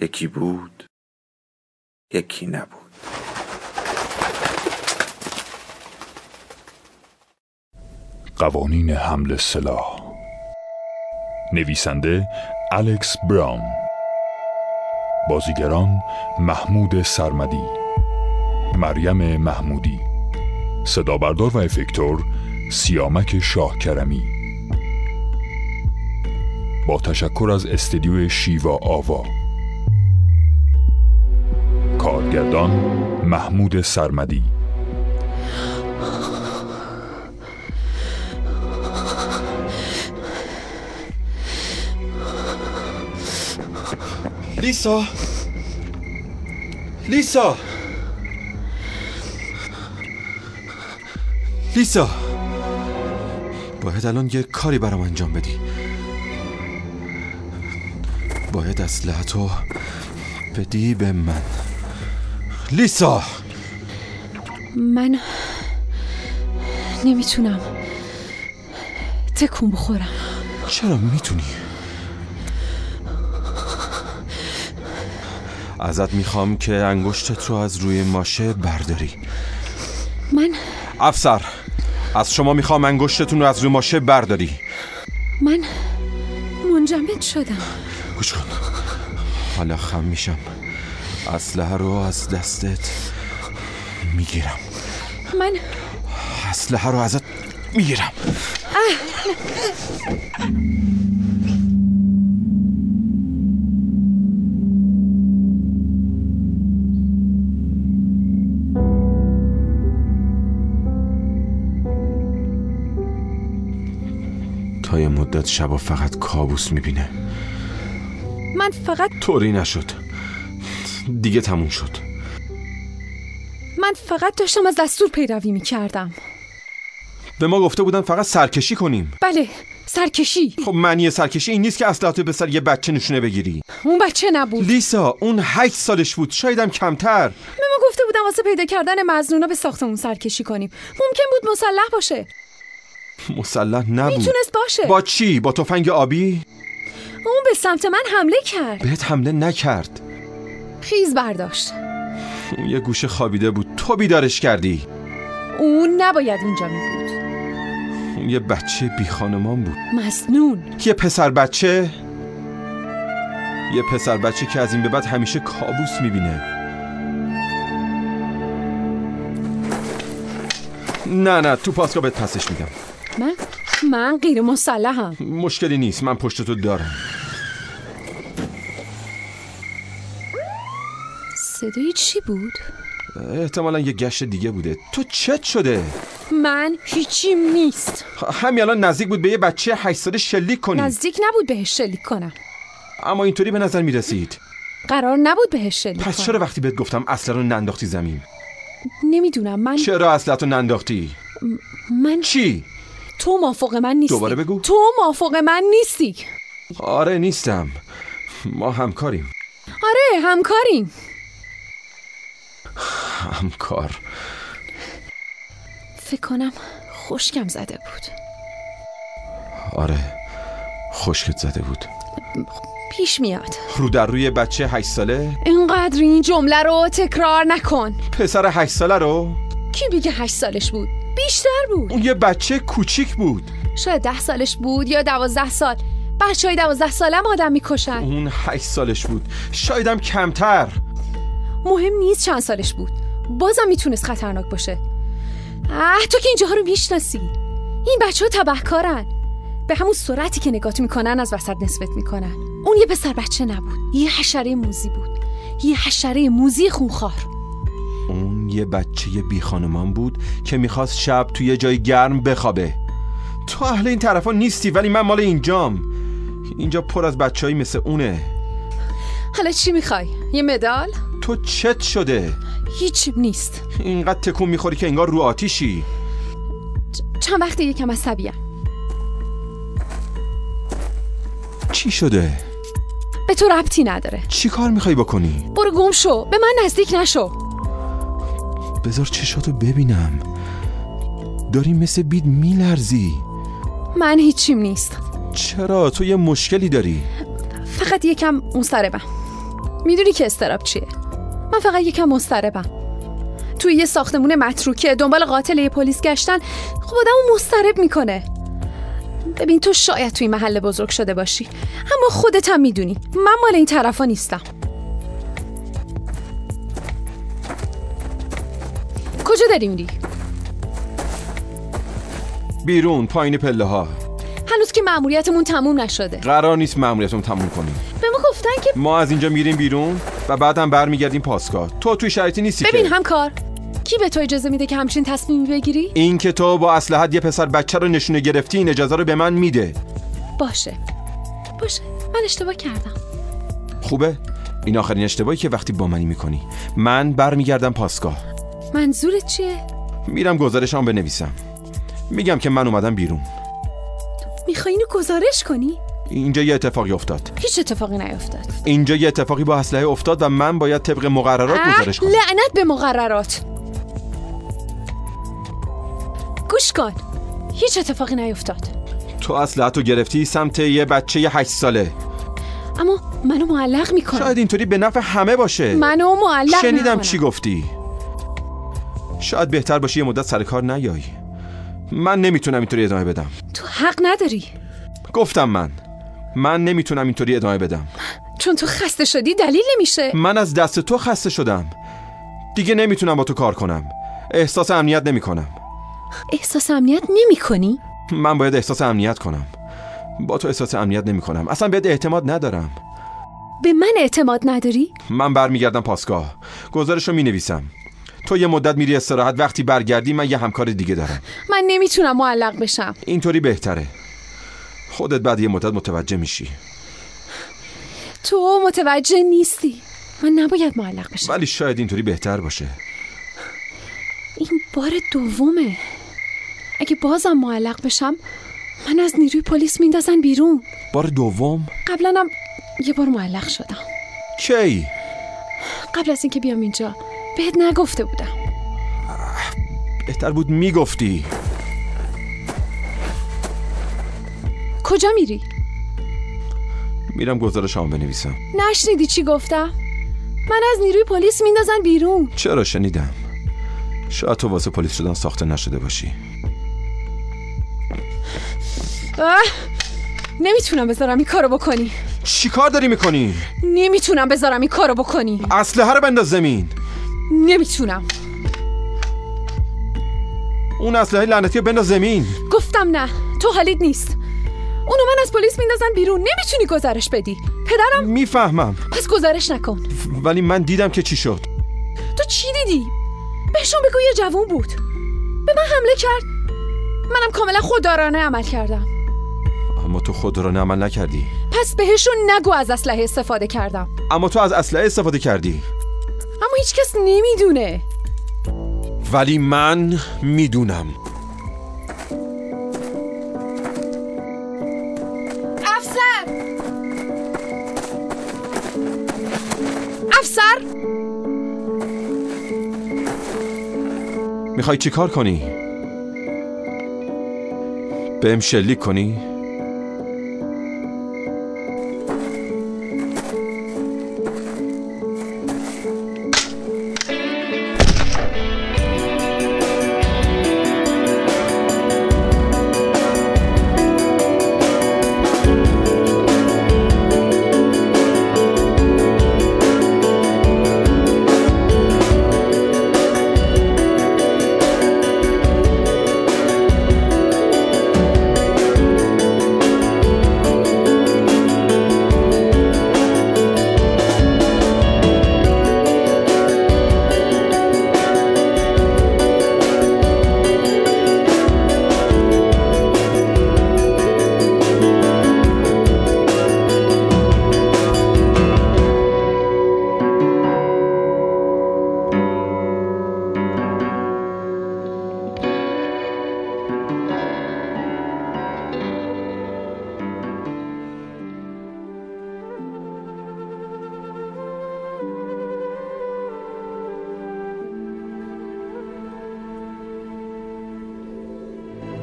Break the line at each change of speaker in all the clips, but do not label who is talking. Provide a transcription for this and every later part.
یکی بود یکی نبود
قوانین حمل سلاح نویسنده الکس براون بازیگران محمود سرمدی مریم محمودی صدابردار و افکتور سیامک شاه کرمی با تشکر از استدیو شیوا آوا کارگردان محمود سرمدی
لیسا لیسا لیسا باید الان یه کاری برام انجام بدی باید اسلحتو بدی به من لیسا
من نمیتونم تکون بخورم
چرا میتونی؟ ازت میخوام که انگشتت رو از روی ماشه برداری
من
افسر از شما میخوام انگشتتون رو از روی ماشه برداری
من منجمد شدم
گوش کن حالا خم میشم اسلحه رو از دستت میگیرم
من
اسلحه رو ازت میگیرم تا یه مدت شبا فقط کابوس میبینه
من فقط
طوری نشد دیگه تموم شد
من فقط داشتم از دستور پیروی میکردم
به ما گفته بودن فقط سرکشی کنیم
بله سرکشی
خب معنی سرکشی این نیست که اسلحتو به سر یه بچه نشونه بگیری
اون بچه نبود
لیسا اون هشت سالش بود شایدم کمتر
به ما گفته بودن واسه پیدا کردن مزنونا به ساختمون سرکشی کنیم ممکن بود مسلح باشه
مسلح نبود
میتونست باشه
با چی با تفنگ آبی
اون به سمت من حمله کرد
بهت حمله نکرد
خیز برداشت
اون یه گوشه خوابیده بود تو بیدارش کردی
اون نباید اینجا می بود
اون یه بچه بی خانمان بود
مسنون
یه پسر بچه یه پسر بچه که از این به بعد همیشه کابوس میبینه نه نه تو پاسگاه بهت پسش میدم
من من غیر مسلحم
مشکلی نیست من پشت تو دارم
صدای چی بود
احتمالا یه گشت دیگه بوده تو چت شده
من هیچیم نیست
همین الان نزدیک بود به یه بچه هشت ساله شلیک کنی
نزدیک نبود بهش شلیک کنم
اما اینطوری به نظر میرسید
قرار نبود بهش شلیک
پس
کنم
چرا وقتی بهت گفتم اصلا رو ننداختی زمین
نمیدونم من
چرا اصلت رو ننداختی
من
چی
تو مافوق من نیستی
دوباره بگو.
تو مافوق من نیستی
آره نیستم ما همکاریم
آره همکاریم
همکار
فکر کنم خشکم زده بود
آره خشکت زده بود
پیش میاد
رو در روی بچه هشت ساله
اینقدر این جمله رو تکرار نکن
پسر هشت ساله رو
کی میگه هشت سالش بود بیشتر بود
اون یه بچه کوچیک بود
شاید ده سالش بود یا دوازده سال بچه های دوازده سالم آدم میکشن
اون هشت سالش بود شایدم کمتر
مهم نیست چند سالش بود بازم میتونست خطرناک باشه اه تو که اینجاها رو میشناسی این بچه ها تبهکارن به همون سرعتی که نگات میکنن از وسط نسبت میکنن اون یه پسر بچه نبود یه حشره موزی بود یه حشره موزی خونخوار
اون یه بچه بی خانمان بود که میخواست شب توی یه جای گرم بخوابه تو اهل این طرفا نیستی ولی من مال اینجام اینجا پر از بچههایی مثل اونه
حالا چی میخوای؟ یه مدال؟
تو چت شده
هیچی نیست
اینقدر تکون میخوری که انگار رو آتیشی
چند وقت یکم عصبیم
چی شده
به تو ربطی نداره
چی کار میخوای بکنی
برو گم شو به من نزدیک نشو
بذار چشاتو ببینم داری مثل بید میلرزی
من هیچیم نیست
چرا تو یه مشکلی داری
فقط یکم مضطربم میدونی که استراب چیه من فقط یکم مضطربم توی یه ساختمون متروکه دنبال قاتل یه پلیس گشتن خب آدمو مضطرب میکنه ببین تو شاید توی محل بزرگ شده باشی اما خودت هم میدونی من مال این طرفا نیستم کجا داری میری
بیرون پایین پله ها
هنوز که مأموریتمون تموم نشده
قرار نیست مأموریتم تموم کنیم
به ما گفتن که
ما از اینجا میریم بیرون و بعدم برمیگردیم پاسکار تو توی شرایطی نیستی
ببین
که
همکار کی به تو اجازه میده که همچین تصمیمی بگیری
این که تو با اسلحت یه پسر بچه رو نشونه گرفتی این اجازه رو به من میده
باشه باشه من اشتباه کردم
خوبه این آخرین اشتباهی که وقتی با منی میکنی من برمیگردم پاسگاه
منظورت چیه
میرم گزارشم بنویسم میگم که من اومدم بیرون
میخوای اینو گزارش کنی
اینجا یه اتفاقی افتاد
هیچ اتفاقی نیفتاد
اینجا یه اتفاقی با اسلحه افتاد و من باید طبق مقررات
اه،
گزارش کنم
لعنت به مقررات گوش کن هیچ اتفاقی نیفتاد
تو اسلحت رو گرفتی سمت یه بچه یه هشت ساله
اما منو معلق میکنه
شاید اینطوری به نفع همه باشه
منو معلق
شنیدم
می‌کنن.
چی گفتی شاید بهتر باشه یه مدت سر کار نیای من نمیتونم اینطوری ادامه بدم
تو حق نداری
گفتم من من نمیتونم اینطوری ادامه بدم
چون تو خسته شدی دلیل نمیشه
من از دست تو خسته شدم دیگه نمیتونم با تو کار کنم احساس امنیت نمیکنم
احساس امنیت نمی کنی
من باید احساس امنیت کنم با تو احساس امنیت نمیکنم اصلا بهت اعتماد ندارم
به من اعتماد نداری
من برمیگردم پاسگاه گزارش رو مینویسم تو یه مدت میری استراحت وقتی برگردی من یه همکار دیگه دارم
من نمیتونم معلق بشم
اینطوری بهتره خودت بعد یه مدت متوجه میشی
تو متوجه نیستی من نباید معلق بشم
ولی شاید اینطوری بهتر باشه
این بار دومه اگه بازم معلق بشم من از نیروی پلیس میندازن بیرون
بار دوم
قبلا هم یه بار معلق شدم
کی
قبل از اینکه بیام اینجا بهت نگفته بودم
بهتر بود میگفتی
کجا میری
میرم گزارشمو بنویسم
نشنیدی چی گفتم من از نیروی پلیس میندازن بیرون
چرا شنیدم شاید تو واسه پلیس شدن ساخته نشده باشی
اه! نمیتونم بذارم این کارو بکنی
چی کار داری میکنی؟
نمیتونم بذارم این کارو بکنی
اسلحه رو بنداز زمین
نمیتونم
اون اسلحه لعنتی رو بنداز زمین
گفتم نه تو حالید نیست اونو من از پلیس میندازن بیرون نمیتونی گزارش بدی پدرم
میفهمم
پس گزارش نکن
ولی من دیدم که چی شد
تو چی دیدی بهشون بگو یه جوون بود به من حمله کرد منم کاملا خوددارانه عمل کردم
اما تو خود رو عمل نکردی
پس بهشون نگو از اسلحه استفاده کردم
اما تو از اسلحه استفاده کردی
اما هیچکس نمیدونه
ولی من میدونم
افسر افسر
میخوای چی کار کنی؟ بهم شلیک کنی؟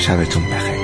شبتون بخیر